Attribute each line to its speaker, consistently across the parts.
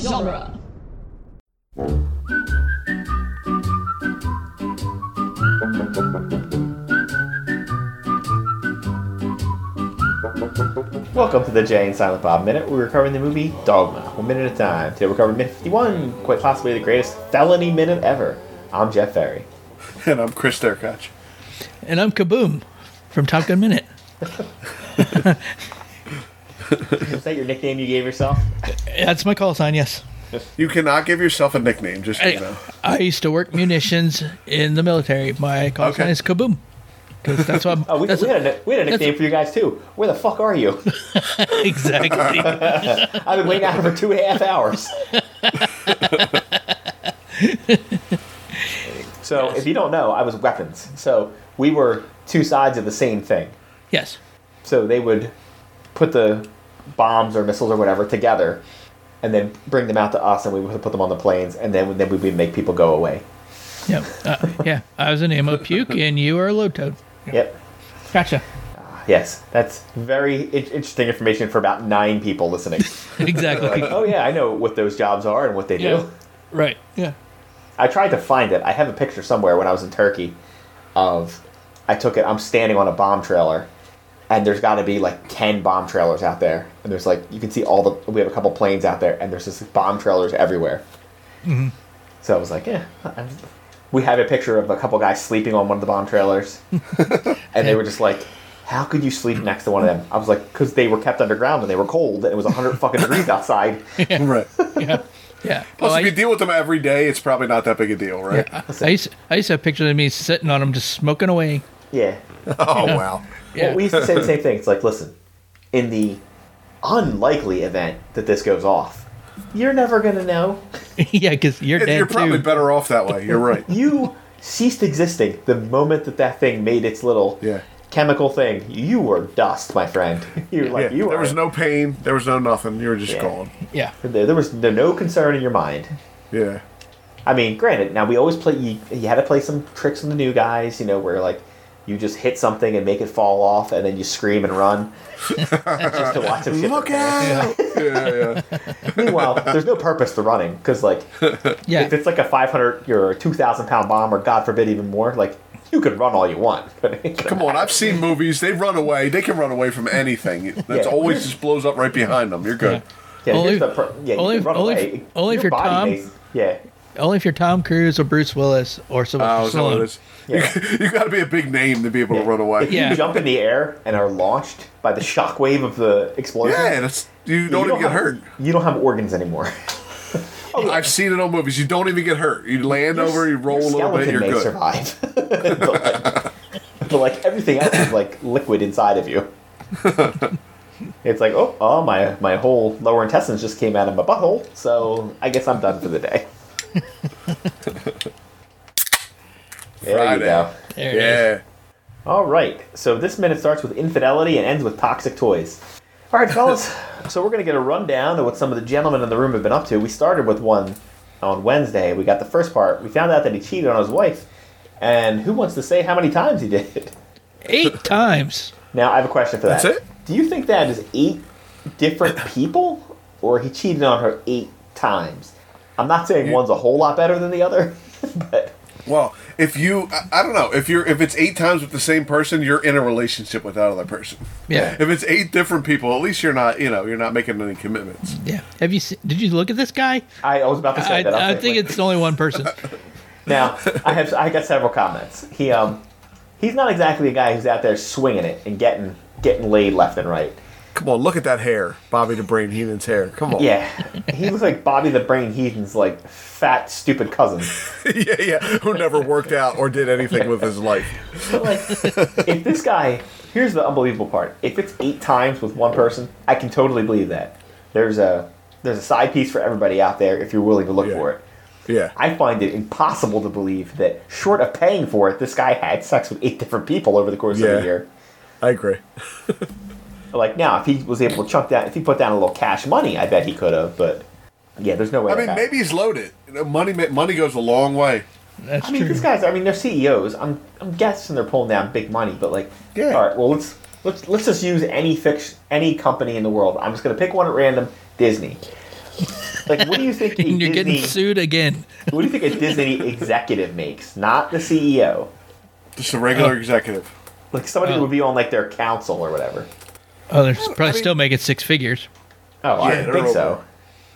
Speaker 1: genre.
Speaker 2: Welcome to the Jay and Silent Bob Minute. We're covering the movie Dogma, one minute at a time. Today we're covering minute 51, quite possibly the greatest felony minute ever. I'm Jeff Ferry.
Speaker 3: And I'm Chris Derkach.
Speaker 4: And I'm Kaboom from Top Gun Minute.
Speaker 2: Is that your nickname you gave yourself?
Speaker 4: That's my call sign, yes.
Speaker 3: You cannot give yourself a nickname, just so you know.
Speaker 4: I, I used to work munitions in the military. My call
Speaker 3: Okay.
Speaker 4: sign is Kaboom. 'Cause that's what I'm,
Speaker 2: Oh, we,
Speaker 4: that's
Speaker 2: we, had a, we had a nickname for you guys too. Where the fuck are you?
Speaker 4: exactly.
Speaker 2: I've been waiting out for two and a half hours. so, if you don't know, I was weapons. So, we were two sides of the same thing.
Speaker 4: yes.
Speaker 2: So, they would put the bombs or missiles or whatever together and then bring them out to us, and we would put them on the planes, and then, then we would make people go away.
Speaker 4: Yep. Uh, yeah. I was an ammo puke, and you are a low toad.
Speaker 2: Yep.
Speaker 4: Gotcha.
Speaker 2: Yes, that's very in- interesting information for about nine people listening.
Speaker 4: Exactly.
Speaker 2: like, oh, yeah, I know what those jobs are and what they
Speaker 4: Yeah.
Speaker 2: do.
Speaker 4: Right. Yeah.
Speaker 2: I tried to find it. I have a picture somewhere when I was in Turkey of I took it. I'm standing on a bomb trailer, and there's got to be like ten bomb trailers out there. And there's like you can see all the we have a couple planes out there, and there's just bomb trailers everywhere. So I was like, yeah. I'm- We have a picture of a couple guys sleeping on one of the bomb trailers, and they were just like. How could you sleep next to one of them? I was like, because they were kept underground and they were cold, and it was 100 fucking degrees outside.
Speaker 3: Right. Plus,
Speaker 4: Yeah. Yeah. Well,
Speaker 3: if you
Speaker 4: I,
Speaker 3: deal with them every day, it's probably not that big a deal, right?
Speaker 4: I, used, I used to have pictures of me sitting on them, just smoking away.
Speaker 2: Yeah.
Speaker 3: Oh, wow.
Speaker 4: Yeah.
Speaker 2: Well, we used to say the same thing. It's like, listen, in the unlikely event that this goes off, you're never going to know.
Speaker 4: yeah, because you're
Speaker 3: It-
Speaker 4: dead
Speaker 3: You're probably
Speaker 4: too.
Speaker 3: better off that way. You're right.
Speaker 2: You ceased existing the moment that that thing made its little
Speaker 3: Yeah.
Speaker 2: chemical thing. You were dust, my friend. You were
Speaker 3: Yeah,
Speaker 2: like you
Speaker 3: there
Speaker 2: are.
Speaker 3: was no pain. There was no nothing. You were just
Speaker 2: Yeah.
Speaker 3: gone.
Speaker 4: yeah.
Speaker 2: there there was no, no concern in your mind.
Speaker 3: Yeah.
Speaker 2: I mean, granted, now we always play. You, you had to play some tricks on the new guys, you know, where like you just hit something and make it fall off, and then you scream and run just to watch them shit.
Speaker 3: Look
Speaker 2: their pants.
Speaker 3: out! yeah, yeah.
Speaker 2: Meanwhile, there's no purpose to running because like
Speaker 4: Yeah.
Speaker 2: if it's like a 500 or 2,000 pound bomb, or God forbid, even more, like you could run all you want.
Speaker 3: Come on, I've seen movies. They run away. They can run away from anything. That's always just blows up right behind them. You're good.
Speaker 2: yeah,
Speaker 4: Only-
Speaker 2: here's the pro- yeah,
Speaker 4: only-
Speaker 2: you can run
Speaker 4: only
Speaker 2: away.
Speaker 4: if- only if
Speaker 2: Your
Speaker 4: you're
Speaker 2: body
Speaker 4: Tom.
Speaker 2: makes- yeah,
Speaker 4: Only if you're Tom Cruise or Bruce Willis or
Speaker 3: Oh,
Speaker 4: Sylvester
Speaker 3: is that what it
Speaker 4: Stallone.
Speaker 3: is?
Speaker 2: Yeah.
Speaker 3: You, you got to be a big name to be able to run away.
Speaker 2: If you
Speaker 4: Yeah.
Speaker 2: jump in the air and are launched by the shockwave of the explosion,
Speaker 3: Yeah, that's you don't
Speaker 2: you
Speaker 3: even get
Speaker 2: have-
Speaker 3: hurt.
Speaker 2: You don't have organs anymore.
Speaker 3: Oh, I've seen it on movies. You don't even get hurt. You land over, you roll a little bit,
Speaker 2: skeleton
Speaker 3: you're
Speaker 2: may
Speaker 3: good.
Speaker 2: survive, but, like, but, like, everything else is like liquid inside of you. it's like oh, oh my my whole lower intestines just came out of my butthole, so I guess I'm done for the day. there
Speaker 3: Friday.
Speaker 2: you go.
Speaker 4: There it is.
Speaker 3: Yeah.
Speaker 2: All right, so this minute starts with infidelity and ends with toxic toys. All right, fellas. so we're gonna get a rundown of what some of the gentlemen in the room have been up to. We started with one on Wednesday. We got the first part. We found out that he cheated on his wife, and who wants to say how many times he did?
Speaker 4: Eight times.
Speaker 2: Now I have a question for that.
Speaker 3: That's it?
Speaker 2: Do you think that is eight different people, or he cheated on her eight times? I'm not saying one's a whole lot better than the other, but
Speaker 3: Well, if you, I, I don't know, if you're, if it's eight times with the same person, you're in a relationship with that other person.
Speaker 4: Yeah.
Speaker 3: If it's eight different people, at least you're not, you know, you're not making any commitments.
Speaker 4: Yeah. Have you se did you look at this guy?
Speaker 2: I, I was about to say
Speaker 4: I,
Speaker 2: that. I'll say
Speaker 4: I
Speaker 2: it
Speaker 4: think
Speaker 2: later.
Speaker 4: it's only one person.
Speaker 2: Now, I have I got several comments. He um, he's not exactly a guy who's out there swinging it and getting getting laid left and right.
Speaker 3: Come on, look at that hair, Bobby the Brain Heenan's hair. Come on.
Speaker 2: Yeah, he looks like Bobby the Brain Heaton's like fat stupid cousin.
Speaker 3: yeah, yeah. Who never worked out or did anything with his life.
Speaker 2: But like, if this guy here's the unbelievable part: if it's eight times with one person, I can totally believe that. There's a there's a side piece for everybody out there if you're willing to look
Speaker 3: Yeah.
Speaker 2: for it.
Speaker 3: Yeah.
Speaker 2: I find it impossible to believe that, short of paying for it, this guy had sex with eight different people over the course of
Speaker 3: Yeah.
Speaker 2: a year.
Speaker 3: I agree.
Speaker 2: Like now, if he was able to chunk down, if he put down a little cash money, I bet he could have. But yeah, there's no way.
Speaker 3: I
Speaker 2: that
Speaker 3: mean,
Speaker 2: guy-
Speaker 3: maybe he's loaded. You know, money, ma- money goes a long way.
Speaker 4: That's
Speaker 2: I mean,
Speaker 4: true.
Speaker 2: these guys. I mean, they're CEOs. I'm I'm guessing they're pulling down big money. But like,
Speaker 3: Yeah.
Speaker 2: all right. Well, let's let's let's just use any fix any company in the world. I'm just gonna pick one at random. Disney. like, what do you think? a
Speaker 4: and you're getting
Speaker 2: Disney-
Speaker 4: sued again.
Speaker 2: What do you think a Disney executive makes? Not the CEO.
Speaker 3: Just a regular executive.
Speaker 2: Like somebody who would be on like their council or whatever.
Speaker 4: Oh, they're probably
Speaker 3: mean-
Speaker 4: still making six figures.
Speaker 2: Oh, I
Speaker 3: Yeah,
Speaker 2: think
Speaker 3: they're over.
Speaker 2: so.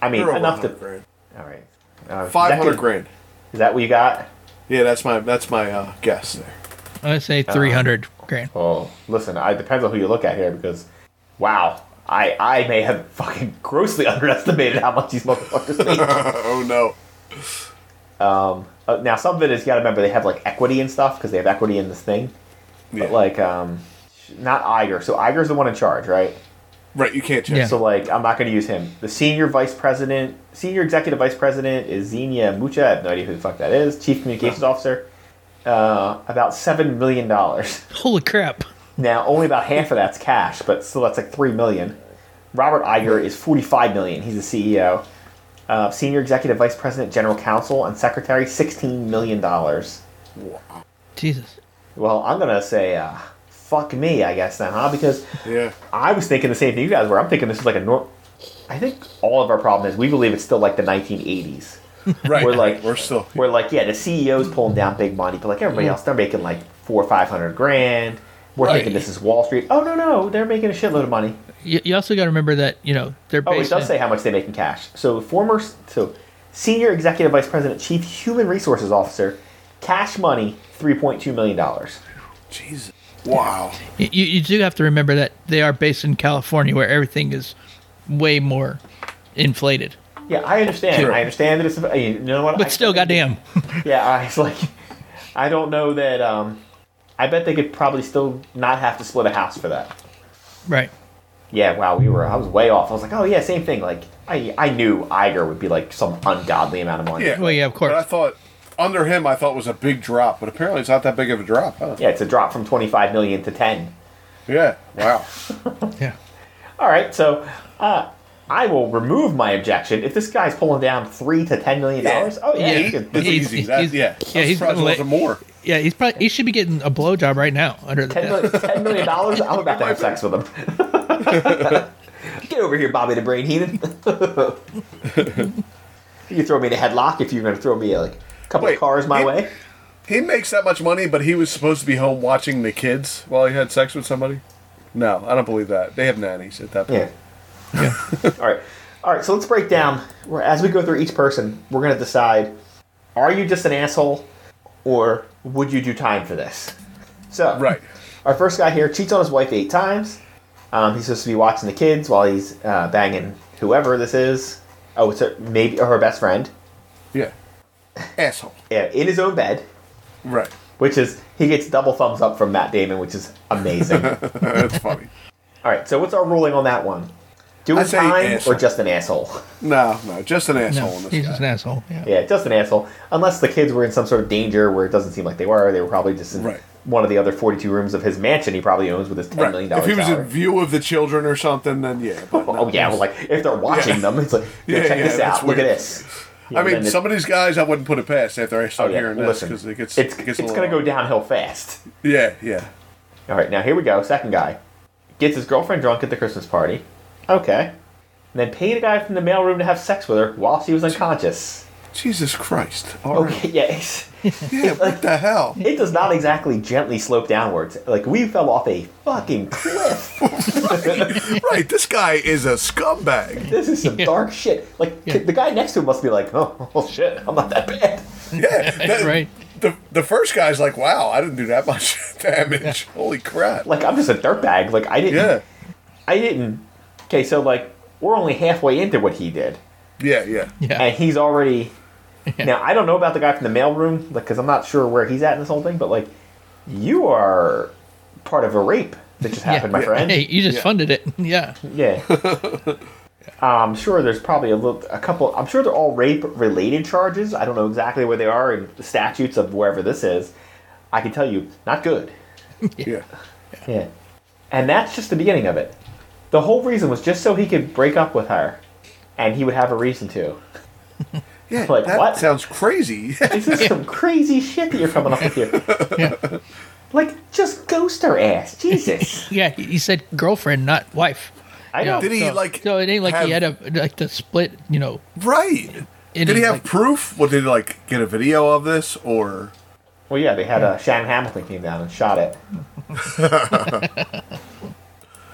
Speaker 2: I mean,
Speaker 3: They're over
Speaker 2: enough to.
Speaker 3: 100 grand.
Speaker 2: All right. Uh,
Speaker 3: Five
Speaker 2: executive-
Speaker 3: hundred grand.
Speaker 2: Is that what you got?
Speaker 3: Yeah, that's my that's my uh, guess there.
Speaker 4: I would
Speaker 2: Uh-huh.
Speaker 4: say 300 grand.
Speaker 2: Oh, listen. I depends on who you look at here because, wow, I I may have fucking grossly underestimated how much these motherfuckers make.
Speaker 3: oh no.
Speaker 2: Uh, now some of it is you got to remember they have like equity and stuff because they have equity in this thing.
Speaker 3: Yeah.
Speaker 2: But like, um, not Iger. So Iger's the one in charge, right?
Speaker 3: right, you can't change.
Speaker 4: Yeah.
Speaker 2: So like, I'm not going to use him. The senior vice president, senior executive vice president is Xenia Mucha. I have no idea who the fuck that is. Chief communications officer. Uh, about seven million dollars.
Speaker 4: Holy crap.
Speaker 2: Now, only about half of that's cash, but still, that's like three million. Robert Iger is forty-five million. He's the CEO, uh, senior executive vice president, general counsel, and secretary. Sixteen million dollars.
Speaker 4: Jesus.
Speaker 2: Well, I'm gonna say, uh, fuck me, I guess then, huh? Because
Speaker 3: Yeah.
Speaker 2: I was thinking the same thing you guys were. I'm thinking this is like a norm. I think all of our problem is we believe it's still like the 1980s.
Speaker 3: Right.
Speaker 2: We're like-
Speaker 3: we're still
Speaker 2: We're like, yeah, the CEO's pulling down big money, but like
Speaker 4: Mm-hmm.
Speaker 2: everybody else, they're making like four or five hundred grand. We're
Speaker 4: Right.
Speaker 2: thinking this is Wall Street. Oh no, no, they're making a shitload of money.
Speaker 4: You, you also got to remember that, you know, they're
Speaker 2: Oh, it
Speaker 4: based
Speaker 2: does
Speaker 4: in-
Speaker 2: say how much they make in cash. So former, so senior executive vice president, chief human resources officer, cash money three point two million dollars.
Speaker 3: Jesus. Wow.
Speaker 4: you, you do have to remember that they are based in California where everything is way more inflated.
Speaker 2: Yeah, I understand.
Speaker 3: Sure.
Speaker 2: I understand that it's uh, you know what,
Speaker 4: But
Speaker 2: I-
Speaker 4: still, goddamn.
Speaker 2: Yeah, I was like, I don't know that. Um, I bet they could probably still not have to split a house for that.
Speaker 4: right.
Speaker 2: Yeah, wow, we were. I was way off. I was like, oh yeah, same thing. Like, I I knew Iger would be like some ungodly amount of money.
Speaker 3: Yeah.
Speaker 4: Well, yeah, of course.
Speaker 3: But I thought under him, I thought was a big drop, but apparently it's not that big of a drop, huh?
Speaker 2: Yeah, it's a drop from twenty five million to ten.
Speaker 3: Yeah. Wow.
Speaker 4: Yeah.
Speaker 2: All right, so uh, I will remove my objection if this guy's pulling down three to ten million dollars. Oh yeah,
Speaker 4: Yeah.
Speaker 2: you could-
Speaker 3: That's
Speaker 4: He's-
Speaker 3: easy. That,
Speaker 4: he's-
Speaker 3: yeah.
Speaker 4: yeah,
Speaker 3: I'm
Speaker 4: he's
Speaker 3: surprised
Speaker 4: gonna
Speaker 3: it
Speaker 4: let-
Speaker 3: wasn't more.
Speaker 4: Yeah, he's probably he should be getting a blowjob right now under the
Speaker 2: Ten million-
Speaker 4: desk.
Speaker 2: $10 million dollars. I'm about to have sex with him. Get over here, Bobby the Brain Heenan. you throw me in a headlock if you're going to throw me like a couple
Speaker 3: Wait,
Speaker 2: of cars my
Speaker 3: he-
Speaker 2: way.
Speaker 3: He makes that much money, but he was supposed to be home watching the kids while he had sex with somebody. No, I don't believe that. They have nannies at that
Speaker 2: Yeah.
Speaker 3: point.
Speaker 2: All right. All right. So let's break down. we're- As we go through each person, we're going to decide: Are you just an asshole, or would you do time for this? So
Speaker 3: Right.
Speaker 2: Our first guy here cheats on his wife eight times. Um, he's supposed to be watching the kids while he's uh, banging whoever this is. Oh, it's her, maybe or her best friend
Speaker 3: Yeah. Asshole.
Speaker 2: yeah, in his own bed,
Speaker 3: Right.
Speaker 2: which is he gets double thumbs up from Matt Damon, which is amazing. All
Speaker 3: That's funny.
Speaker 2: right, so what's our ruling on that one? Doing
Speaker 3: I'd say
Speaker 2: time
Speaker 3: asshole.
Speaker 2: or just an asshole?
Speaker 3: No, no, just an asshole
Speaker 4: No,
Speaker 3: in this
Speaker 4: he's
Speaker 3: guy.
Speaker 4: just an asshole. Yeah.
Speaker 2: Yeah, just an asshole. Unless the kids were in some sort of danger where it doesn't seem like they were. They were probably just in
Speaker 3: Right.
Speaker 2: one of the other 42 rooms of his mansion he probably owns with his ten
Speaker 3: Right.
Speaker 2: million
Speaker 3: If
Speaker 2: dollars.
Speaker 3: he was in view of the children or something, then yeah. But
Speaker 2: oh,
Speaker 3: no,
Speaker 2: yeah, well, like if they're watching
Speaker 3: Yeah.
Speaker 2: them, it's like, yeah,
Speaker 3: Yeah,
Speaker 2: check
Speaker 3: yeah,
Speaker 2: this
Speaker 3: that's
Speaker 2: out. Look at
Speaker 3: weird.
Speaker 2: this.
Speaker 3: I
Speaker 2: and then
Speaker 3: mean,
Speaker 2: it-
Speaker 3: some of these guys I wouldn't put it past after I
Speaker 2: Oh,
Speaker 3: start
Speaker 2: yeah,
Speaker 3: hearing this
Speaker 2: listen,
Speaker 3: because it gets
Speaker 2: it's,
Speaker 3: it gets a
Speaker 2: it's
Speaker 3: little-
Speaker 2: going to go downhill fast.
Speaker 3: Yeah, yeah.
Speaker 2: All right, now here we go. Second guy gets his girlfriend drunk at the Christmas party. Okay. And then paid a guy from the mailroom to have sex with her while she was unconscious.
Speaker 3: Jesus Christ! All right.
Speaker 2: Okay, yes.
Speaker 3: Yeah, what the hell?
Speaker 2: It does not exactly gently slope downwards. Like, we fell off a fucking cliff.
Speaker 3: right, this guy is a scumbag.
Speaker 2: This is some dark shit. Like,
Speaker 4: Yeah.
Speaker 2: the guy next to him must be like, oh, well, shit, I'm not that bad.
Speaker 3: Yeah, that-
Speaker 4: Right.
Speaker 3: The the first guy's like, wow, I didn't do that much damage. Holy crap!
Speaker 2: Like, I'm just a dirtbag. Like, I didn't.
Speaker 3: Yeah,
Speaker 2: I didn't. Okay, so, like, we're only halfway into what he did.
Speaker 3: yeah, yeah.
Speaker 4: Yeah.
Speaker 2: and he's already. Now I don't know about the guy from the mailroom, like because I'm not sure where he's at in this whole thing. But like, you are part of a rape that just happened, my friend.
Speaker 4: Hey, you just
Speaker 3: Yeah.
Speaker 4: funded it. Yeah.
Speaker 2: Yeah. Um, I'm sure there's probably a little, a couple. I'm sure they're all rape related charges. I don't know exactly where they are in the statutes of wherever this is. I can tell you, not good.
Speaker 3: Yeah.
Speaker 2: Yeah. And that's just the beginning of it. The whole reason was just so he could break up with her, and he would have a reason to.
Speaker 3: Yeah,
Speaker 2: Like,
Speaker 3: that
Speaker 2: what?
Speaker 3: sounds crazy.
Speaker 2: This is some crazy shit that you're coming up with here. Like, just ghost her ass. Jesus.
Speaker 4: Yeah. He he said girlfriend, not wife.
Speaker 2: I know.
Speaker 3: Did he,
Speaker 4: so,
Speaker 3: like,
Speaker 4: So it ain't like he had
Speaker 3: have-
Speaker 4: a like the split. You know,
Speaker 3: Right.
Speaker 4: It
Speaker 3: did he
Speaker 4: is
Speaker 3: have
Speaker 4: like-
Speaker 3: proof? What did he like get a video of this or
Speaker 2: Well, yeah, they had uh, Shannon Hamilton came down and shot it.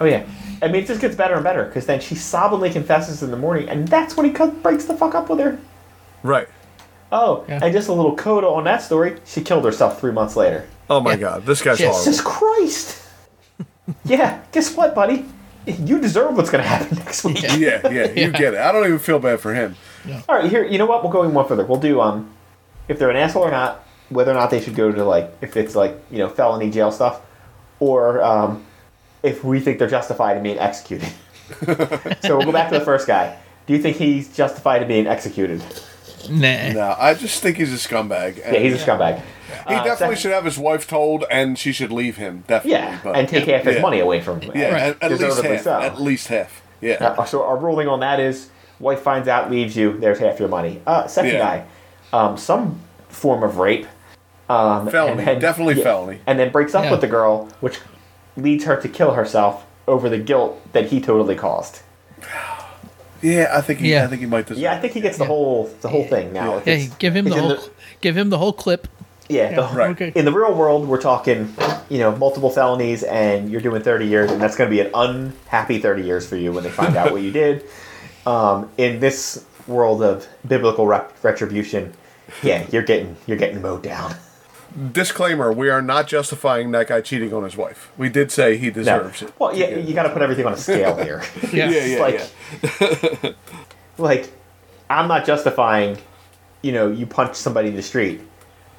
Speaker 2: oh yeah, I mean it just gets better and better because then she sobbingly confesses in the morning, and that's when he co- breaks the fuck up with her.
Speaker 3: Right.
Speaker 2: Oh,
Speaker 4: Yeah.
Speaker 2: and just a little coda on that story. She killed herself three months later.
Speaker 3: Oh my
Speaker 4: Yeah.
Speaker 3: god, this guy's
Speaker 4: Shit.
Speaker 3: horrible.
Speaker 2: Jesus Christ! yeah, guess what, buddy? You deserve what's gonna happen next week.
Speaker 4: Yeah.
Speaker 3: Yeah, yeah, you get it. I don't even feel bad for him.
Speaker 2: All right, here. You know what? We'll go even one further. We'll do um, if they're an asshole or not, whether or not they should go to like if it's like you know felony jail stuff, or um, if we think they're justified in being executed. so we'll go back to the first guy. Do you think he's justified in being executed?
Speaker 4: nah.
Speaker 3: No, I just think he's a scumbag. And
Speaker 2: Yeah, he's a scumbag.
Speaker 3: he
Speaker 2: uh,
Speaker 3: definitely
Speaker 2: second-
Speaker 3: should have his wife told, and she should leave him. Definitely.
Speaker 2: Yeah,
Speaker 3: but-
Speaker 2: and take half his
Speaker 3: yeah.
Speaker 2: money away from him.
Speaker 3: Yeah,
Speaker 4: Right.
Speaker 3: at, at least
Speaker 2: Deservedly
Speaker 3: half.
Speaker 2: so.
Speaker 3: At least half. Yeah.
Speaker 2: Uh, so our ruling on that is wife finds out, leaves you. There's half your money. Uh, second
Speaker 3: Yeah.
Speaker 2: guy, um, some form of rape. Um,
Speaker 3: Felony.
Speaker 2: and then-
Speaker 3: Definitely
Speaker 2: yeah,
Speaker 3: felony.
Speaker 2: And then breaks up
Speaker 4: Yeah.
Speaker 2: with the girl, which leads her to kill herself over the guilt that he totally caused.
Speaker 3: Yeah, I think he,
Speaker 4: Yeah.
Speaker 3: I think he might deserve.
Speaker 2: Yeah, I think he gets the whole the whole thing now. If
Speaker 4: Yeah,
Speaker 2: it's-
Speaker 4: give him
Speaker 2: he's
Speaker 4: the
Speaker 2: in
Speaker 4: whole, give him the whole clip.
Speaker 2: yeah, the
Speaker 4: Yeah,
Speaker 2: whole-
Speaker 3: Right.
Speaker 4: Okay.
Speaker 2: In the real world, we're talking, you know, multiple felonies, and you're doing 30 years, and that's going to be an unhappy 30 years for you when they find out what you did. Um, in this world of biblical rep- retribution, yeah, you're getting you're getting mowed down.
Speaker 3: Disclaimer: We are not justifying that guy cheating on his wife. We did say he
Speaker 2: No.
Speaker 3: deserves it.
Speaker 2: Well, yeah, you got to put everything on a scale here.
Speaker 4: Yeah.
Speaker 3: Yeah, yeah,
Speaker 2: like,
Speaker 3: yeah.
Speaker 2: like, I'm not justifying, you know, you punch somebody in the street,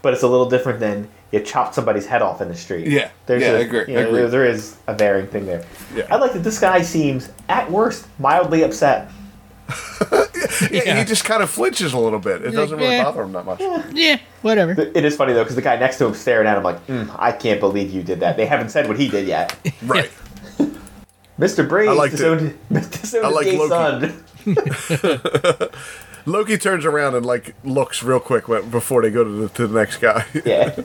Speaker 2: but it's a little different than you chop somebody's head off in the street.
Speaker 3: Yeah. Yeah,
Speaker 2: a-
Speaker 3: I agree.
Speaker 2: you know,
Speaker 3: I agree.
Speaker 2: there- there is a varying thing there.
Speaker 3: Yeah.
Speaker 2: I like that this guy seems, at worst, mildly upset.
Speaker 3: Yeah,
Speaker 4: Yeah.
Speaker 3: he just kind of flinches a little bit. It doesn't really
Speaker 4: yeah.
Speaker 3: bother him that much.
Speaker 4: Yeah, whatever.
Speaker 2: It is funny though, because the guy next to him staring at him like, mm, "I can't believe you did that." They haven't said what he did yet.
Speaker 3: Right.
Speaker 2: Mr. Breeze
Speaker 3: I liked it.
Speaker 2: disowned, disowned
Speaker 3: I
Speaker 2: his
Speaker 3: like
Speaker 2: gay
Speaker 3: Loki.
Speaker 2: son.
Speaker 3: Loki turns around and like looks real quick when- before they go to the, to the next guy.
Speaker 2: Yeah.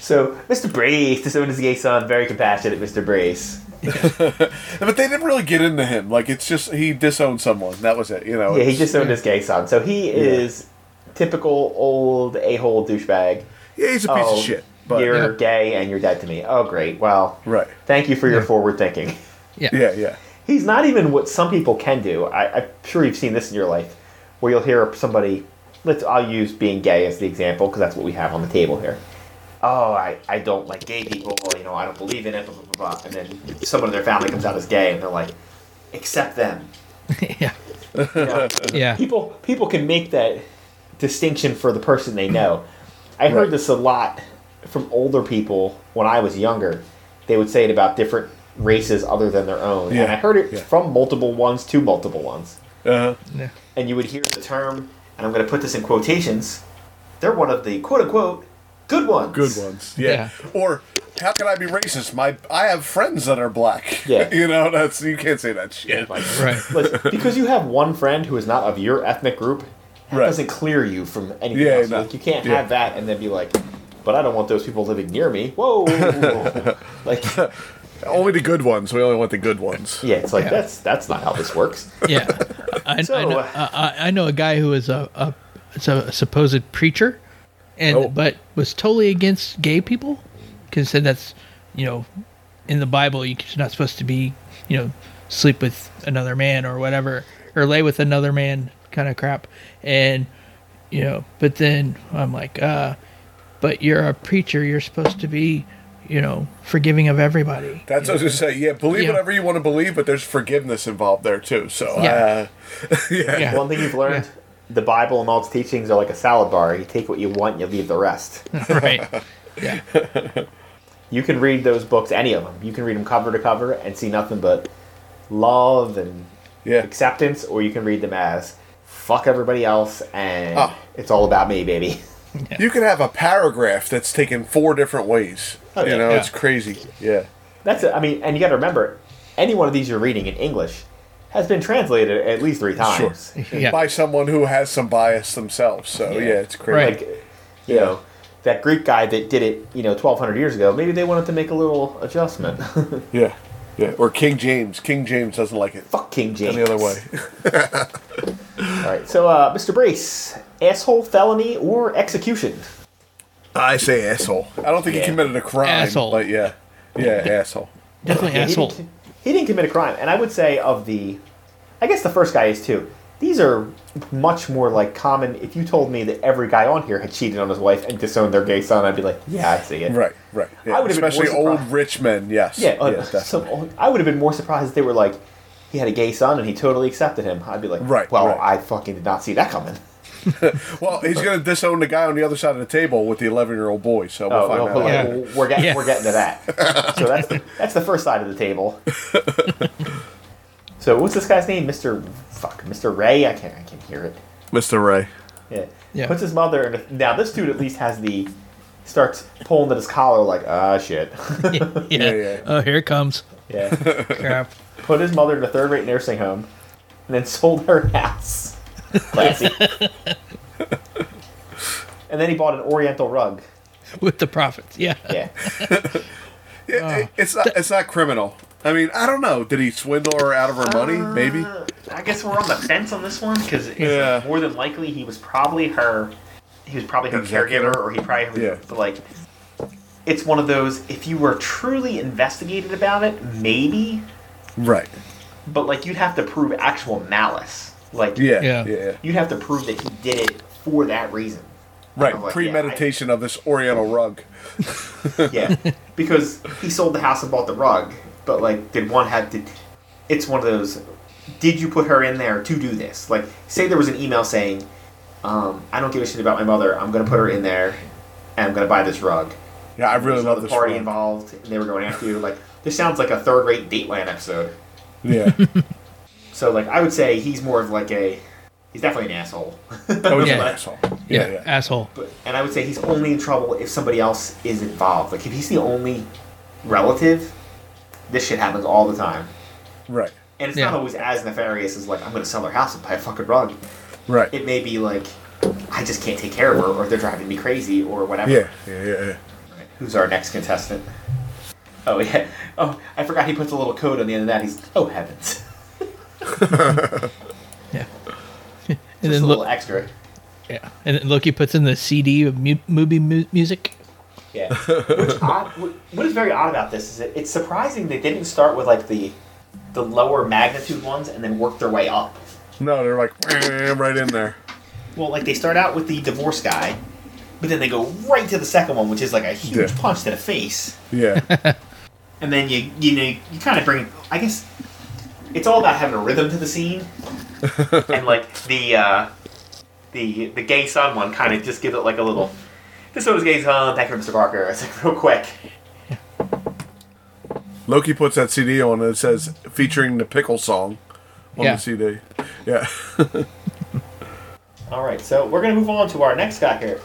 Speaker 2: So, Mr. Breeze disowned his gay son. Very compassionate, Mr. Breeze.
Speaker 3: but they didn't really get into him. Like it's just he disowned someone. That was it. You know.
Speaker 2: Yeah, he
Speaker 3: It's-
Speaker 2: disowned his gay son. So he is typical old a hole douchebag.
Speaker 3: yeah, he's a piece
Speaker 2: Oh,
Speaker 3: of shit. But
Speaker 2: you're
Speaker 4: Yeah.
Speaker 2: gay and you're dead to me. Oh, great. Well,
Speaker 3: right.
Speaker 2: thank you for your forward thinking.
Speaker 3: Yeah, yeah.
Speaker 2: He's not even what some people can do. I, I'm sure you've seen this in your life, where you'll hear somebody. Let's. I'll use being gay as the example because that's what we have on the table here. Oh, I, I don't like gay people. You know, I don't believe in it. Blah, blah, blah, blah. And then someone in their family comes out as gay, and they're like, accept them.
Speaker 4: yeah,
Speaker 2: You know?
Speaker 4: yeah,
Speaker 2: people people can make that distinction for the person they know. I heard
Speaker 3: Right.
Speaker 2: this a lot from older people when I was younger. They would say it about different races other than their own, and
Speaker 3: Yeah,
Speaker 2: I heard it
Speaker 3: yeah.
Speaker 2: from multiple ones to multiple ones.
Speaker 3: Uh,
Speaker 4: yeah.
Speaker 2: And you would hear the term, and I'm going to put this in quotations. They're one of the quote unquote good ones.
Speaker 3: good ones. Yeah. Or how can I be racist? My I have friends that are black.
Speaker 2: Yeah.
Speaker 3: you know that's you can't say that shit.
Speaker 2: Like,
Speaker 4: Right.
Speaker 2: like, because you have one friend who is not of your ethnic group, that
Speaker 3: Right.
Speaker 2: doesn't clear you from anything
Speaker 3: Yeah,
Speaker 2: else.
Speaker 3: no.
Speaker 2: Like, you can't
Speaker 3: Yeah.
Speaker 2: have that and then be like, but I don't want those people living near me. Whoa. like,
Speaker 3: Only the good ones. We only want the good ones.
Speaker 2: yeah, it's like,
Speaker 4: Yeah.
Speaker 2: that's that's not how this works.
Speaker 4: yeah. I,
Speaker 2: So,
Speaker 4: I, know,
Speaker 2: uh,
Speaker 4: I, I- I know a guy who was a, a, it's a supposed preacher, and
Speaker 3: Oh.
Speaker 4: but was totally against gay people because said that's you know in the Bible you're not supposed to be you know sleep with another man or whatever or lay with another man kind of crap and you know but then I'm like uh but you're a preacher you're supposed to be you know forgiving of everybody
Speaker 3: That's what I was gonna say. Yeah, believe
Speaker 4: Yeah.
Speaker 3: whatever you want to believe, but there's forgiveness involved there too. So
Speaker 4: Yeah.
Speaker 3: uh, yeah.
Speaker 4: Yeah.
Speaker 2: One thing you've learned the Bible and all its teachings are like a salad bar. You take what you want and you leave the rest.
Speaker 4: Hmm. right yeah
Speaker 2: you can read those books, any of them. You can read them cover to cover and see nothing but love and
Speaker 3: Yeah.
Speaker 2: acceptance, or you can read them as fuck everybody else and
Speaker 3: Ah.
Speaker 2: it's all about me, baby.
Speaker 3: You could have a paragraph that's taken four different ways.
Speaker 2: Oh, yeah.
Speaker 3: you know,
Speaker 4: Yeah.
Speaker 3: it's crazy. Yeah.
Speaker 2: That's it. I mean, and you got to remember, any one of these you're reading in English has been translated at least three times.
Speaker 4: yeah
Speaker 3: By someone who has some bias themselves. So yeah, it's crazy.
Speaker 2: Like, you know, that Greek guy that did it, you know, 1200 years ago, maybe they wanted to make a little adjustment.
Speaker 3: Yeah. Yeah, or King James. King James doesn't like it.
Speaker 2: Fuck King James.
Speaker 3: Any other way.
Speaker 2: All right. So, uh, Mr. Brace, asshole felony or execution?
Speaker 3: I say asshole. I don't think
Speaker 2: Yeah.
Speaker 3: he committed a crime.
Speaker 4: Asshole.
Speaker 3: But yeah. Yeah, asshole.
Speaker 4: Definitely
Speaker 2: Yeah, he
Speaker 4: asshole.
Speaker 2: didn't, he didn't commit a crime, and I would say of the, I guess the first guy is too. These are much more like common. If you told me that every guy on here had cheated on his wife and disowned their gay son, I'd be like, yeah, I see it.
Speaker 3: Right, right. Yeah.
Speaker 2: I would've been
Speaker 3: Especially
Speaker 2: more
Speaker 3: old
Speaker 2: surprised.
Speaker 3: rich men, yes.
Speaker 2: Yeah, uh,
Speaker 3: definitely.
Speaker 2: some old- I would have been more surprised if they were like, he had a gay son and he totally accepted him. I'd be like,
Speaker 3: Right,
Speaker 2: well,
Speaker 3: right.
Speaker 2: I fucking did not see that coming.
Speaker 3: Well, he's going to disown the guy on the other side of the table with the 11 year old boy, so we'll
Speaker 2: Oh,
Speaker 3: find
Speaker 2: well,
Speaker 3: out.
Speaker 2: but like,
Speaker 4: Yeah.
Speaker 2: we're- we're getting
Speaker 4: Yeah.
Speaker 2: we're getting to that. so that's the, that's the first side of the table. so what's this guy's name, Mister Fuck, Mister Ray? I can't I can't hear it.
Speaker 3: Mr. Ray.
Speaker 2: Yeah.
Speaker 4: Yeah.
Speaker 2: Puts his mother in. A, now this dude at least has the starts pulling at his collar like ah shit.
Speaker 4: yeah.
Speaker 3: yeah.
Speaker 4: Oh, here it comes.
Speaker 2: yeah.
Speaker 4: Crap.
Speaker 2: Put his mother in a third rate nursing home, and then sold her house. Classy. and then he bought an Oriental rug.
Speaker 4: With the profits. Yeah.
Speaker 2: Yeah.
Speaker 3: It,
Speaker 2: Uh,
Speaker 3: it- it's, not, it's not criminal. I mean, I don't know. Did he swindle her out of her money? Maybe.
Speaker 2: I guess we're on the fence on this one because
Speaker 3: Yeah.
Speaker 2: more than likely he was probably her. He was probably her
Speaker 3: Executor.
Speaker 2: caregiver, or he probably
Speaker 3: Yeah.
Speaker 2: but like. It's one of those. If you were truly investigated about it, maybe,
Speaker 3: Right.
Speaker 2: but like you'd have to prove actual malice. Like
Speaker 3: Yeah.
Speaker 4: Yeah.
Speaker 3: Yeah. yeah.
Speaker 2: you'd have to prove that he did it for that reason.
Speaker 3: Right.
Speaker 2: I'm like, yeah, I-
Speaker 3: Premeditation of this Oriental rug.
Speaker 2: Yeah, because he sold the house and bought the rug, but like, did one have did? It's one of those. Did you put her in there to do this? Like, say there was an email saying, um, "I don't give a shit about my mother. I'm gonna put her in there, and I'm gonna buy this rug."
Speaker 3: Yeah, I really
Speaker 2: There's
Speaker 3: love
Speaker 2: another
Speaker 3: this
Speaker 2: party
Speaker 3: rug.
Speaker 2: involved, and they were going after you. Like, this sounds like a third-rate Dateland episode.
Speaker 3: Yeah.
Speaker 2: So, like, I would say he's more of like a. He's definitely an asshole.
Speaker 3: That was an
Speaker 4: Yeah.
Speaker 3: asshole.
Speaker 4: Yeah.
Speaker 3: Oh, Yeah. yeah.
Speaker 4: Asshole.
Speaker 2: But, and I would say he's only in trouble if somebody else is involved. Like if he's the only relative, this shit happens all the time.
Speaker 3: Right.
Speaker 2: And it's
Speaker 4: Yeah.
Speaker 2: not always as nefarious as like I'm gonna sell their house and buy a fucking rug.
Speaker 3: Right.
Speaker 2: It may be like I just can't take care of her, or they're driving me crazy, or whatever.
Speaker 3: yeah. Yeah. Yeah. yeah.
Speaker 2: Right. Who's our next contestant? Oh yeah. Oh, I forgot he puts a little code on the end of that. He's oh heavens.
Speaker 4: Yeah.
Speaker 2: Just
Speaker 4: And
Speaker 2: a
Speaker 4: then
Speaker 2: little
Speaker 4: look.
Speaker 2: extra.
Speaker 4: Yeah. And then Loki puts in the CD of mu- movie mu- music.
Speaker 2: Yeah. Which odd, wh- what is very odd about this is that it's surprising they didn't start with like the the lower magnitude ones and then work their way up.
Speaker 3: No, they're like "Eh," right in there.
Speaker 2: Well, like they start out with the divorce guy, but then they go right to the second one, which is like a huge
Speaker 3: Yeah.
Speaker 2: punch to the face.
Speaker 3: Yeah.
Speaker 2: And then you you know you kind of bring I guess it's all about having a rhythm to the scene. and like the uh, the the gay son one kind of just gives it like a little this one was gay son, thank you Mr. Barker. It's like real quick.
Speaker 3: Loki puts that CD on and it says featuring the pickle song on
Speaker 4: Yeah.
Speaker 3: the CD. Yeah.
Speaker 2: All right, so we're going to move on to our next guy here.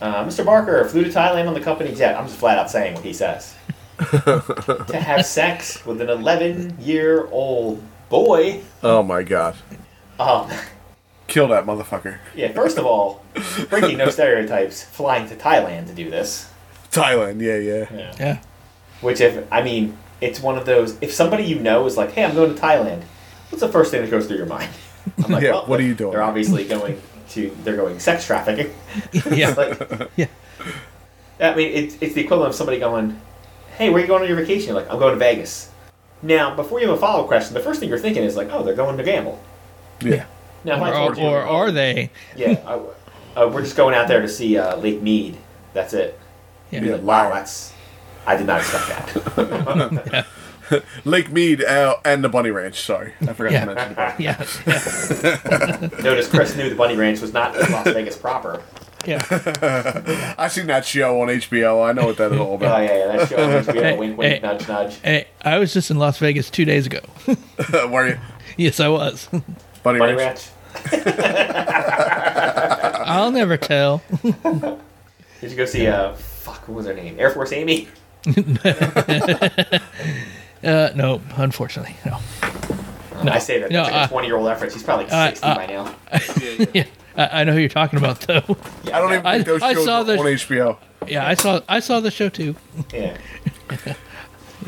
Speaker 2: Uh, Mr. Barker flew to Thailand on the company jet. I'm just flat out saying what he says. to have sex with an 11 year old boy.
Speaker 3: oh my god.
Speaker 2: Um,
Speaker 3: Kill that motherfucker.
Speaker 2: yeah, first of all, breaking no stereotypes, flying to Thailand to do this.
Speaker 3: Thailand. Yeah. Yeah.
Speaker 4: Yeah.
Speaker 2: Which, if, I mean, it's one of those, if somebody you know is like, hey, I'm going to Thailand, what's the first thing that goes through your mind? I'm like,
Speaker 3: Yeah, what are you doing?
Speaker 2: They're obviously going to, they're going sex trafficking.
Speaker 4: Yeah.
Speaker 2: like,
Speaker 4: Yeah.
Speaker 2: I mean, it's, it's the equivalent of somebody going, "Hey, where are you going on your vacation?" You're like, "I'm going to Vegas." Now, before you have a follow-up question, the first thing you're thinking is like, "Oh, they're going to gamble."
Speaker 3: Yeah.
Speaker 2: Now, if I
Speaker 4: Or,
Speaker 2: told
Speaker 4: or,
Speaker 2: you-
Speaker 4: or are they?
Speaker 2: Yeah, I, uh, we're just going out there to see uh, Lake Mead. That's it.
Speaker 4: Yeah.
Speaker 2: You're
Speaker 3: Yeah.
Speaker 2: like, wow, that's. I did not expect that.
Speaker 3: Lake Mead uh, and the Bunny Ranch. Sorry, I forgot
Speaker 4: Yeah.
Speaker 3: to mention. The bunny.
Speaker 4: Yeah. Yeah.
Speaker 2: Notice Chris knew the Bunny Ranch was not in Las Vegas proper.
Speaker 4: yeah.
Speaker 3: I seen that show on HBO. I know what that is all
Speaker 2: Oh
Speaker 3: about.
Speaker 2: yeah, yeah, that show. was good.
Speaker 4: Hey,
Speaker 2: wink, wink,
Speaker 4: hey.
Speaker 2: nudge, nudge.
Speaker 4: Hey, I was just in Las Vegas two days ago.
Speaker 3: Where you?
Speaker 4: yes, I was.
Speaker 3: Bunny,
Speaker 2: Bunny
Speaker 3: Ranch.
Speaker 2: Ranch.
Speaker 4: I'll never tell.
Speaker 2: Did you go see? Uh, fuck, what was her name? Air Force Amy.
Speaker 4: Uh, no, unfortunately, no.
Speaker 2: I say that.
Speaker 4: No,
Speaker 2: that's like
Speaker 4: uh,
Speaker 2: a 20 year old reference. He's probably
Speaker 4: uh,
Speaker 2: like 60
Speaker 4: uh,
Speaker 2: by now.
Speaker 4: Yeah, I, I know who you're talking about though.
Speaker 3: I don't even
Speaker 4: I-
Speaker 3: think those
Speaker 4: I
Speaker 3: shows
Speaker 4: saw
Speaker 3: are
Speaker 4: this-
Speaker 3: on HBO.
Speaker 4: Yeah, I saw I saw the show too.
Speaker 2: Yeah.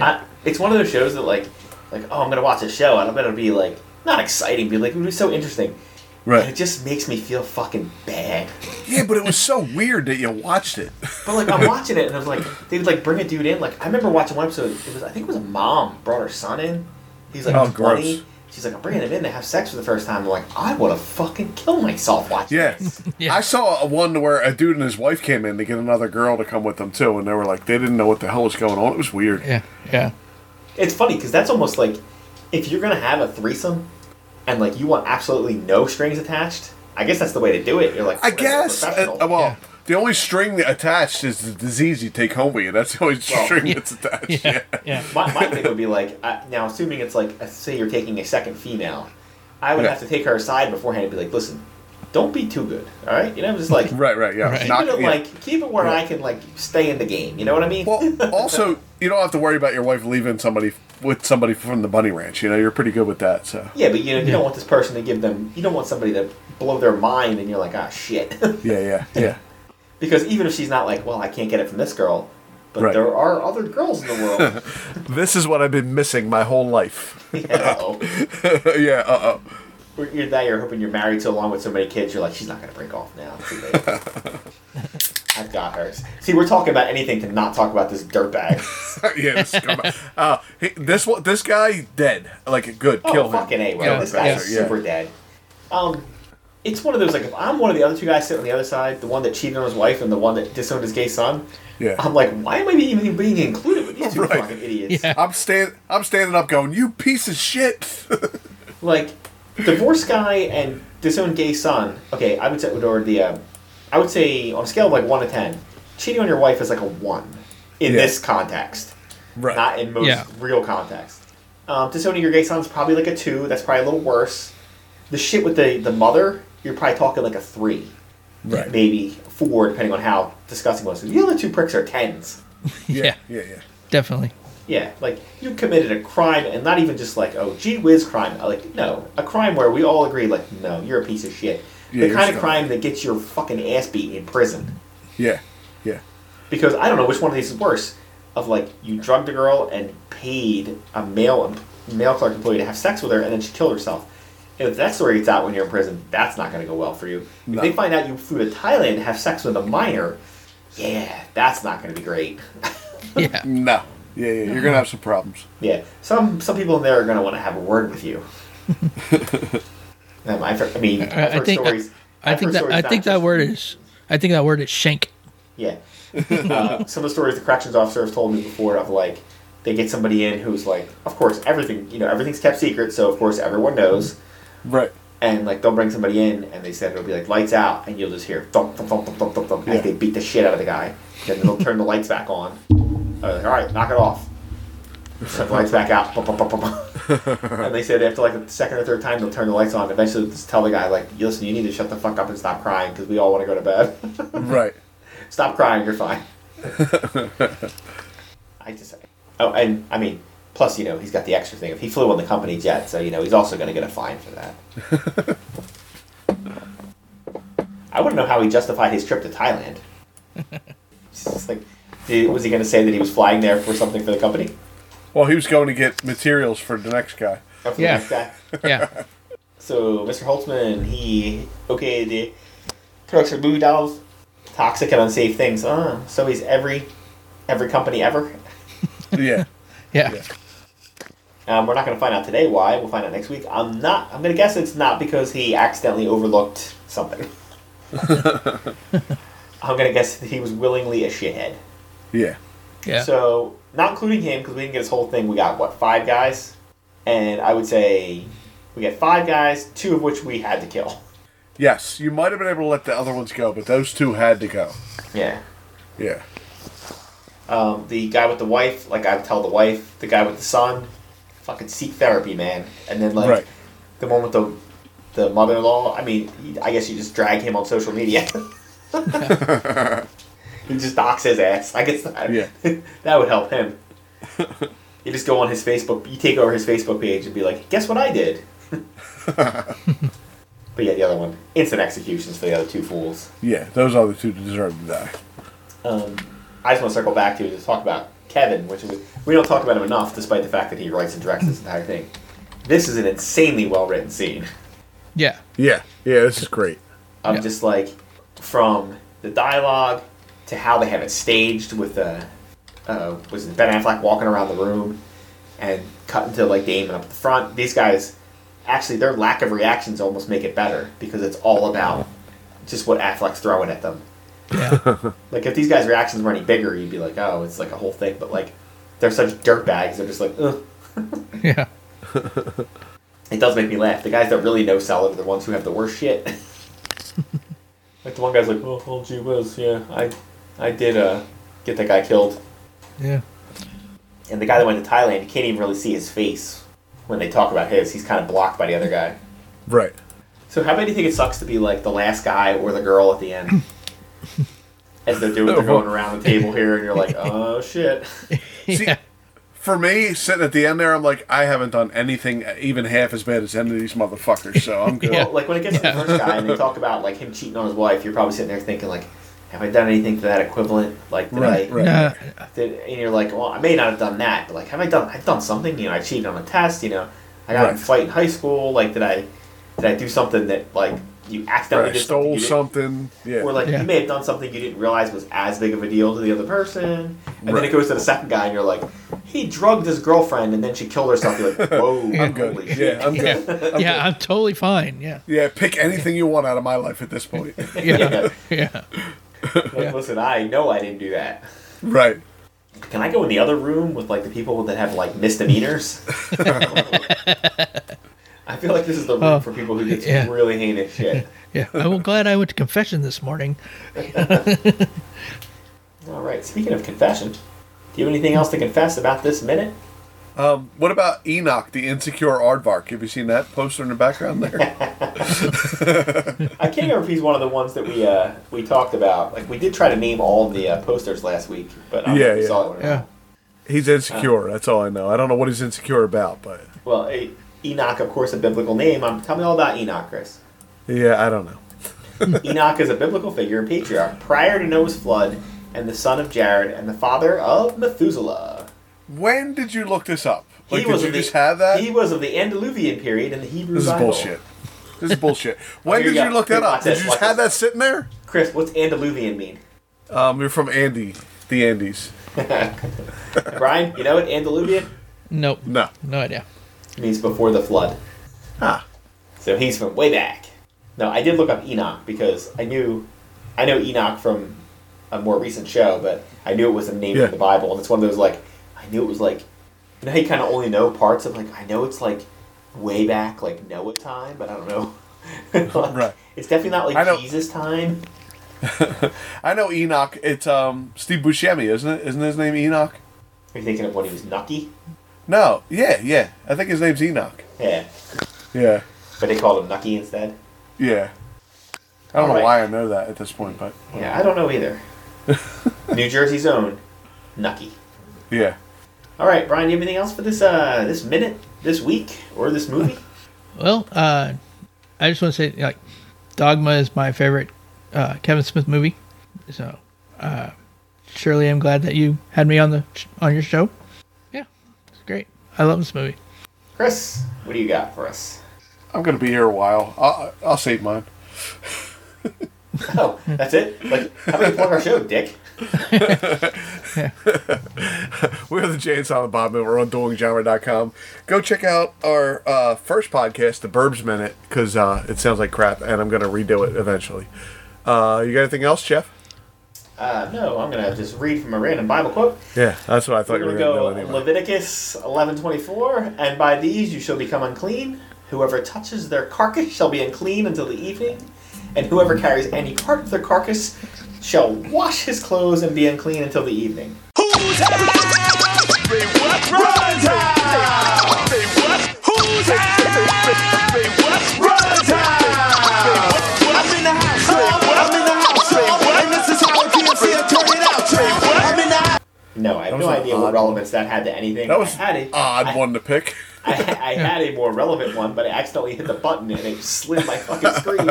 Speaker 2: I, it's one of those shows that like like oh I'm gonna watch a show and I'm gonna be like not exciting, but like it'll be so interesting. And it
Speaker 3: Right.
Speaker 2: just makes me feel fucking bad.
Speaker 3: Yeah, but it was so weird that you watched it.
Speaker 2: But like I'm watching it and I was like they would like bring a dude in. Like I remember watching one episode. It was I think it was a mom brought her son in. He's like
Speaker 3: Oh,
Speaker 2: 20.
Speaker 3: gross.
Speaker 2: She's like I'm bringing him in to have sex for the first time. I'm like I would have fucking killed myself watching.
Speaker 3: Yeah.
Speaker 2: this.
Speaker 4: Yeah.
Speaker 3: I saw a one where a dude and his wife came in to get another girl to come with them too, and they were like, they didn't know what the hell was going on. It was weird.
Speaker 4: Yeah, yeah.
Speaker 2: It's funny because that's almost like if you're gonna have a threesome and like you want absolutely no strings attached. I guess that's the way to do it. You're like
Speaker 3: I
Speaker 2: whatever,
Speaker 3: guess. Uh,
Speaker 2: professional.
Speaker 3: well,
Speaker 4: Yeah.
Speaker 3: the only string that attached is the disease you take home with you. That's the only string that's attached.
Speaker 4: Yeah,
Speaker 3: yeah.
Speaker 4: yeah.
Speaker 2: My, my thing would be like, I, now assuming it's like, uh, say you're taking a second female, I would
Speaker 3: Yeah.
Speaker 2: have to take her aside beforehand and be like, listen, don't be too good, all right? You know, I'm just like,
Speaker 3: Right, right, yeah.
Speaker 4: Right.
Speaker 2: keep
Speaker 3: Knock-
Speaker 2: it
Speaker 3: yeah.
Speaker 2: like, keep it where
Speaker 3: Yeah.
Speaker 2: I can like stay in the game. You know what I mean?
Speaker 3: Well, also, you don't have to worry about your wife leaving somebody with somebody from the bunny ranch. You know, you're pretty good with that. So
Speaker 2: yeah, but you know, you don't want this person to give them, you don't want somebody to blow their mind, and you're like, ah, shit,
Speaker 3: yeah, yeah, yeah.
Speaker 2: because even if she's not like, well, I can't get it from this girl, but
Speaker 3: Right.
Speaker 2: there are other girls in the world.
Speaker 3: this is what I've been missing my whole life.
Speaker 2: yeah,
Speaker 3: yeah. Uh oh.
Speaker 2: you're that you're hoping you're married so long with so many kids, you're like, she's not gonna break off now. It's too late." I've got hers. See, we're talking about anything to not talk about this dirtbag.
Speaker 3: yeah. This, is come uh, he, this one- this guy dead. Like good.
Speaker 2: Oh,
Speaker 3: kill him.
Speaker 2: fucking A, bro.
Speaker 4: Yeah,
Speaker 2: this guy's
Speaker 3: bastard, yeah.
Speaker 2: super dead. Um, it's one of those, like, if I'm one of the other two guys sitting on the other side, the one that cheated on his wife and the one that disowned his gay son,
Speaker 3: Yeah.
Speaker 2: I'm like, why am I even being included with these two
Speaker 3: Right.
Speaker 2: fucking idiots?
Speaker 4: Yeah.
Speaker 3: I'm stand. I'm standing up, going, "You piece of shit."
Speaker 2: Like, divorce guy and disowned gay son, okay, I would say, or the, uh, I would say, on a scale of, like, 1 to 10, cheating on your wife is, like, a 1 in
Speaker 3: Yeah.
Speaker 2: this context.
Speaker 3: right.
Speaker 2: not in most
Speaker 4: Yeah.
Speaker 2: real context. Um, disowning your gay son's probably like a two. That's probably a little worse. The shit with the the mother, you're probably talking like a three,
Speaker 3: right.
Speaker 2: maybe four, depending on how disgusting it was. The other two pricks are tens.
Speaker 3: Yeah.
Speaker 4: Yeah.
Speaker 3: Yeah. Yeah.
Speaker 4: Definitely.
Speaker 2: Yeah, like you committed a crime, and not even just like oh gee whiz crime. Like no, a crime where we all agree like no, you're a piece of shit.
Speaker 3: Yeah,
Speaker 2: the
Speaker 3: you're
Speaker 2: kind of
Speaker 3: scum.
Speaker 2: crime that gets your fucking ass beat in prison.
Speaker 3: Yeah. Yeah.
Speaker 2: because I don't know which one of these is worse. Of like you drugged a girl and paid a male um, male clerk employee to have sex with her, and then she killed herself. And if that story gets out when you're in prison, that's not going to go well for you. If
Speaker 3: No.
Speaker 2: they find out you flew to Thailand to have sex with a minor, yeah, that's not going to be great.
Speaker 4: Yeah.
Speaker 3: No. Yeah. Yeah. You're gonna have some problems.
Speaker 2: yeah, some some people in there are going to want to have a word with you. um, I've heard, I mean, I've
Speaker 4: I
Speaker 2: heard
Speaker 4: think I,
Speaker 2: stories.
Speaker 4: I
Speaker 2: I've
Speaker 4: think
Speaker 2: heard
Speaker 4: that
Speaker 2: stories
Speaker 4: I
Speaker 2: not
Speaker 4: think that
Speaker 2: just-
Speaker 4: word is I think that word is shank.
Speaker 2: Yeah. Uh, some of the stories the corrections officer has told me before of like they get somebody in who's like, of course, everything you know, everything's kept secret, so of course everyone knows.
Speaker 3: Right.
Speaker 2: And like they'll bring somebody in and they said it'll be like lights out and you'll just hear thump thump thump thump thump thump thump
Speaker 3: Yeah.
Speaker 2: as they beat the shit out of the guy. Then they'll turn the lights back on. I was like, all right, knock it off. Shut the lights back out. Bum, bum, bum, bum, bum. and they said after like the second or third time they'll turn the lights on. Eventually, they'll just tell the guy like, "You listen, you need to shut the fuck up and stop crying because we all want to go to bed."
Speaker 3: Right.
Speaker 2: Stop crying. You're fine. I just. Oh, and I mean, plus you know he's got the extra thing. If he flew on the company jet, so you know he's also going to get a fine for that. I want to know how he justified his trip to Thailand. It's just like, did, was he going to say that he was flying there for something for the company?
Speaker 3: Well, he was going to get materials for the next guy.
Speaker 2: Or for the
Speaker 4: Yeah.
Speaker 2: next guy?
Speaker 4: Yeah.
Speaker 2: So Mr. Holtzman, he okay the production of movie dolls, toxic and unsafe things. Uh, so he's every every company ever.
Speaker 3: Yeah.
Speaker 4: Yeah.
Speaker 3: Yeah.
Speaker 2: Um, we're not going to find out today why. We'll find out next week. I'm not. I'm going to guess it's not because he accidentally overlooked something. I'm going to guess that he was willingly a shithead.
Speaker 3: Yeah.
Speaker 4: Yeah.
Speaker 2: So, not including him, because we didn't get his whole thing, we got, what, five guys? And I would say we got five guys, two of which we had to kill.
Speaker 3: Yes. You might have been able to let the other ones go, but those two had to go.
Speaker 2: Yeah.
Speaker 3: Yeah.
Speaker 2: Um, the guy with the wife, like I would tell the wife, the guy with the son, fucking seek therapy, man. And then like
Speaker 3: Right.
Speaker 2: the one with the the mother-in-law. I mean, you- I guess you just drag him on social media. you just dox his ass. I guess that,
Speaker 3: Yeah.
Speaker 2: that would help him. you just go on his Facebook. You take over his Facebook page and be like, guess what I did. but yeah, the other one, instant executions for the other two fools.
Speaker 3: Yeah. Those other two deserve to die.
Speaker 2: Um, I just want to circle back to to talk about Kevin, which we, we don't talk about him enough, despite the fact that he writes and directs this entire thing. This is an insanely well written scene.
Speaker 4: Yeah.
Speaker 5: Yeah, yeah, this is great.
Speaker 2: I'm
Speaker 4: Yeah.
Speaker 2: just like from the dialogue to how they have it staged with the uh, was it Ben Affleck walking around the room and cutting to like Damon up at the front. These guys actually their lack of reactions almost make it better because it's all about just what Affleck's throwing at them.
Speaker 4: Yeah.
Speaker 2: Like if these guys' reactions were any bigger, you'd be like, oh, it's like a whole thing. But like they're such dirtbags, they're just like, ugh.
Speaker 4: yeah.
Speaker 2: It does make me laugh. The guys that really know salad are the ones who have the worst shit. like the one guy's like, oh, oh gee whiz, yeah, I, I did uh, get that guy killed.
Speaker 4: Yeah.
Speaker 2: And the guy that went to Thailand, you can't even really see his face when they talk about his. He's kind of blocked by the other guy.
Speaker 5: Right.
Speaker 2: So how bad do you think it sucks to be like the last guy or the girl at the end? As they're doing, they're going around the table here, and you're like, oh shit.
Speaker 3: See,
Speaker 4: Yeah.
Speaker 3: for me, sitting at the end there, I'm like, I haven't done anything even half as bad as any of these motherfuckers, so I'm good.
Speaker 4: Yeah.
Speaker 2: Well, like when it gets to the first guy and they talk about like him cheating on his wife, you're probably sitting there thinking like, have I done anything to that equivalent? Like, did
Speaker 3: Right,
Speaker 2: I?
Speaker 3: right.
Speaker 4: Uh,
Speaker 2: Did, and you're like, well, I may not have done that, but like, have I done? I've done something. You know, I cheated on a test. You know, I got in a
Speaker 3: Right.
Speaker 2: fight in high school. Like, did I? Did I do something that like you
Speaker 3: Or
Speaker 2: accidentally
Speaker 3: I
Speaker 2: did
Speaker 3: stole
Speaker 2: you didn't-
Speaker 3: something. Yeah.
Speaker 2: Or like
Speaker 4: Yeah.
Speaker 2: you may have done something you didn't realize was as big of a deal to the other person, and then it
Speaker 3: Right.
Speaker 2: goes to the second guy, and you're like, he drugged his girlfriend, and then she killed herself. You're like, whoa,
Speaker 3: I'm
Speaker 2: holy
Speaker 3: good.
Speaker 2: shit.
Speaker 3: Yeah, I'm
Speaker 4: yeah.
Speaker 3: good.
Speaker 4: yeah. I'm totally fine. Yeah.
Speaker 3: Yeah, pick anything you want out of my life at this point.
Speaker 4: Yeah.
Speaker 2: Like,
Speaker 4: Yeah. Yeah.
Speaker 2: listen, I know I didn't do that.
Speaker 3: right.
Speaker 2: Can I go in the other room with like the people that have like misdemeanors? I feel like this is the room
Speaker 4: Oh,
Speaker 2: for people who get
Speaker 4: yeah.
Speaker 2: really heinous shit.
Speaker 4: Yeah. I'm glad I went to confession this morning.
Speaker 2: All right. Speaking of confession, do you have anything else to confess about this minute?
Speaker 3: Um, what about Enoch, the insecure aardvark? Have you seen that poster in the background there?
Speaker 2: I can't remember if he's one of the ones that we uh, we talked about. Like we did try to name all the uh, posters last week, but I don't know
Speaker 3: Yeah,
Speaker 2: if you
Speaker 3: yeah.
Speaker 2: saw that one. or
Speaker 4: Yeah.
Speaker 2: not.
Speaker 3: He's insecure. That's all I know. I don't know what he's insecure about, but
Speaker 2: Well, eh, Enoch, of course, a biblical name. Um, tell me all about Enoch, Chris.
Speaker 3: yeah, I don't know.
Speaker 2: Enoch is a biblical figure and patriarch prior to Noah's flood, and the son of Jared, and the father of Methuselah.
Speaker 3: When did you look this up? Like,
Speaker 2: was
Speaker 3: did you
Speaker 2: of the-
Speaker 3: just have that?
Speaker 2: He was of the Andaluvian period in the Hebrew
Speaker 3: This is
Speaker 2: Bible.
Speaker 3: bullshit. This is bullshit. When
Speaker 2: here
Speaker 3: did
Speaker 2: you
Speaker 3: you
Speaker 2: go.
Speaker 3: look
Speaker 2: Here,
Speaker 3: that
Speaker 2: watch
Speaker 3: up? Did
Speaker 2: this,
Speaker 3: you
Speaker 2: watch
Speaker 3: just have
Speaker 2: this.
Speaker 3: that sitting there?
Speaker 2: Chris, what's Andaluvian mean?
Speaker 3: Um, you're from Andy, the Andes.
Speaker 2: Brian, you know what Andaluvian
Speaker 4: Nope.
Speaker 3: No.
Speaker 4: No idea.
Speaker 2: means before the flood.
Speaker 3: Ah.
Speaker 2: So he's from way back. No, I did look up Enoch because I knew, I know Enoch from a more recent show, but I knew it was a name
Speaker 3: Yeah.
Speaker 2: in the Bible, and it's one of those like I knew it was like, you know, how you kind of only know parts of like I know it's like way back like Noah time, but I don't know. Like,
Speaker 3: Right.
Speaker 2: It's definitely not
Speaker 3: I
Speaker 2: like
Speaker 3: know-
Speaker 2: Jesus time.
Speaker 3: I know Enoch. It's um Steve Buscemi, isn't it? Isn't his name Enoch?
Speaker 2: Are you thinking of when he was Nucky?
Speaker 3: No. Yeah, yeah. I think his name's Enoch.
Speaker 2: Yeah,
Speaker 3: Yeah.
Speaker 2: but they called him Nucky instead.
Speaker 3: Yeah. I don't know
Speaker 2: Alright.
Speaker 3: why I know that at this point, but
Speaker 2: Yeah, I don't know either. New Jersey's own Nucky.
Speaker 3: yeah.
Speaker 2: All right, Brian, you have anything else for this uh this minute, this week, or this movie?
Speaker 4: Well, uh, I just want to say, like, Dogma is my favorite uh, Kevin Smith movie. So, uh, surely I'm glad that you had me on the on your show. Yeah, it's great. I love this movie.
Speaker 2: Chris, what do you got for us?
Speaker 3: I'm gonna be here a while. I'll, I'll save mine.
Speaker 2: Oh, that's it. Like, how about you plug our show, Dick?
Speaker 3: We're the Jay and Silent Bob, and we're on duelinggenre.com. Go check out our uh, first podcast, The Burbs Minute, because uh, it sounds like crap, and I'm going to redo it eventually. Uh, you got anything else, Jeff?
Speaker 2: Uh, no, I'm gonna just read from a random Bible quote.
Speaker 3: Yeah, that's what I thought
Speaker 2: We're
Speaker 3: you
Speaker 2: gonna
Speaker 3: were going
Speaker 2: go
Speaker 3: to do anyway.
Speaker 2: Leviticus 11:24, and by these you shall become unclean. Whoever touches their carcass shall be unclean until the evening, and whoever carries any part of their carcass shall wash his clothes and be unclean until the evening. No, I have
Speaker 3: was
Speaker 2: no
Speaker 3: an
Speaker 2: idea what
Speaker 3: odd
Speaker 2: relevance that had to anything.
Speaker 3: That was
Speaker 2: I had
Speaker 3: an
Speaker 2: it.
Speaker 3: odd
Speaker 2: I-
Speaker 3: one to pick.
Speaker 2: I, I had a more relevant one, but I accidentally hit the button and it slid my fucking screen.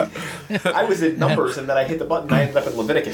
Speaker 2: I was in numbers, and then I hit the button. and I ended up in Leviticus.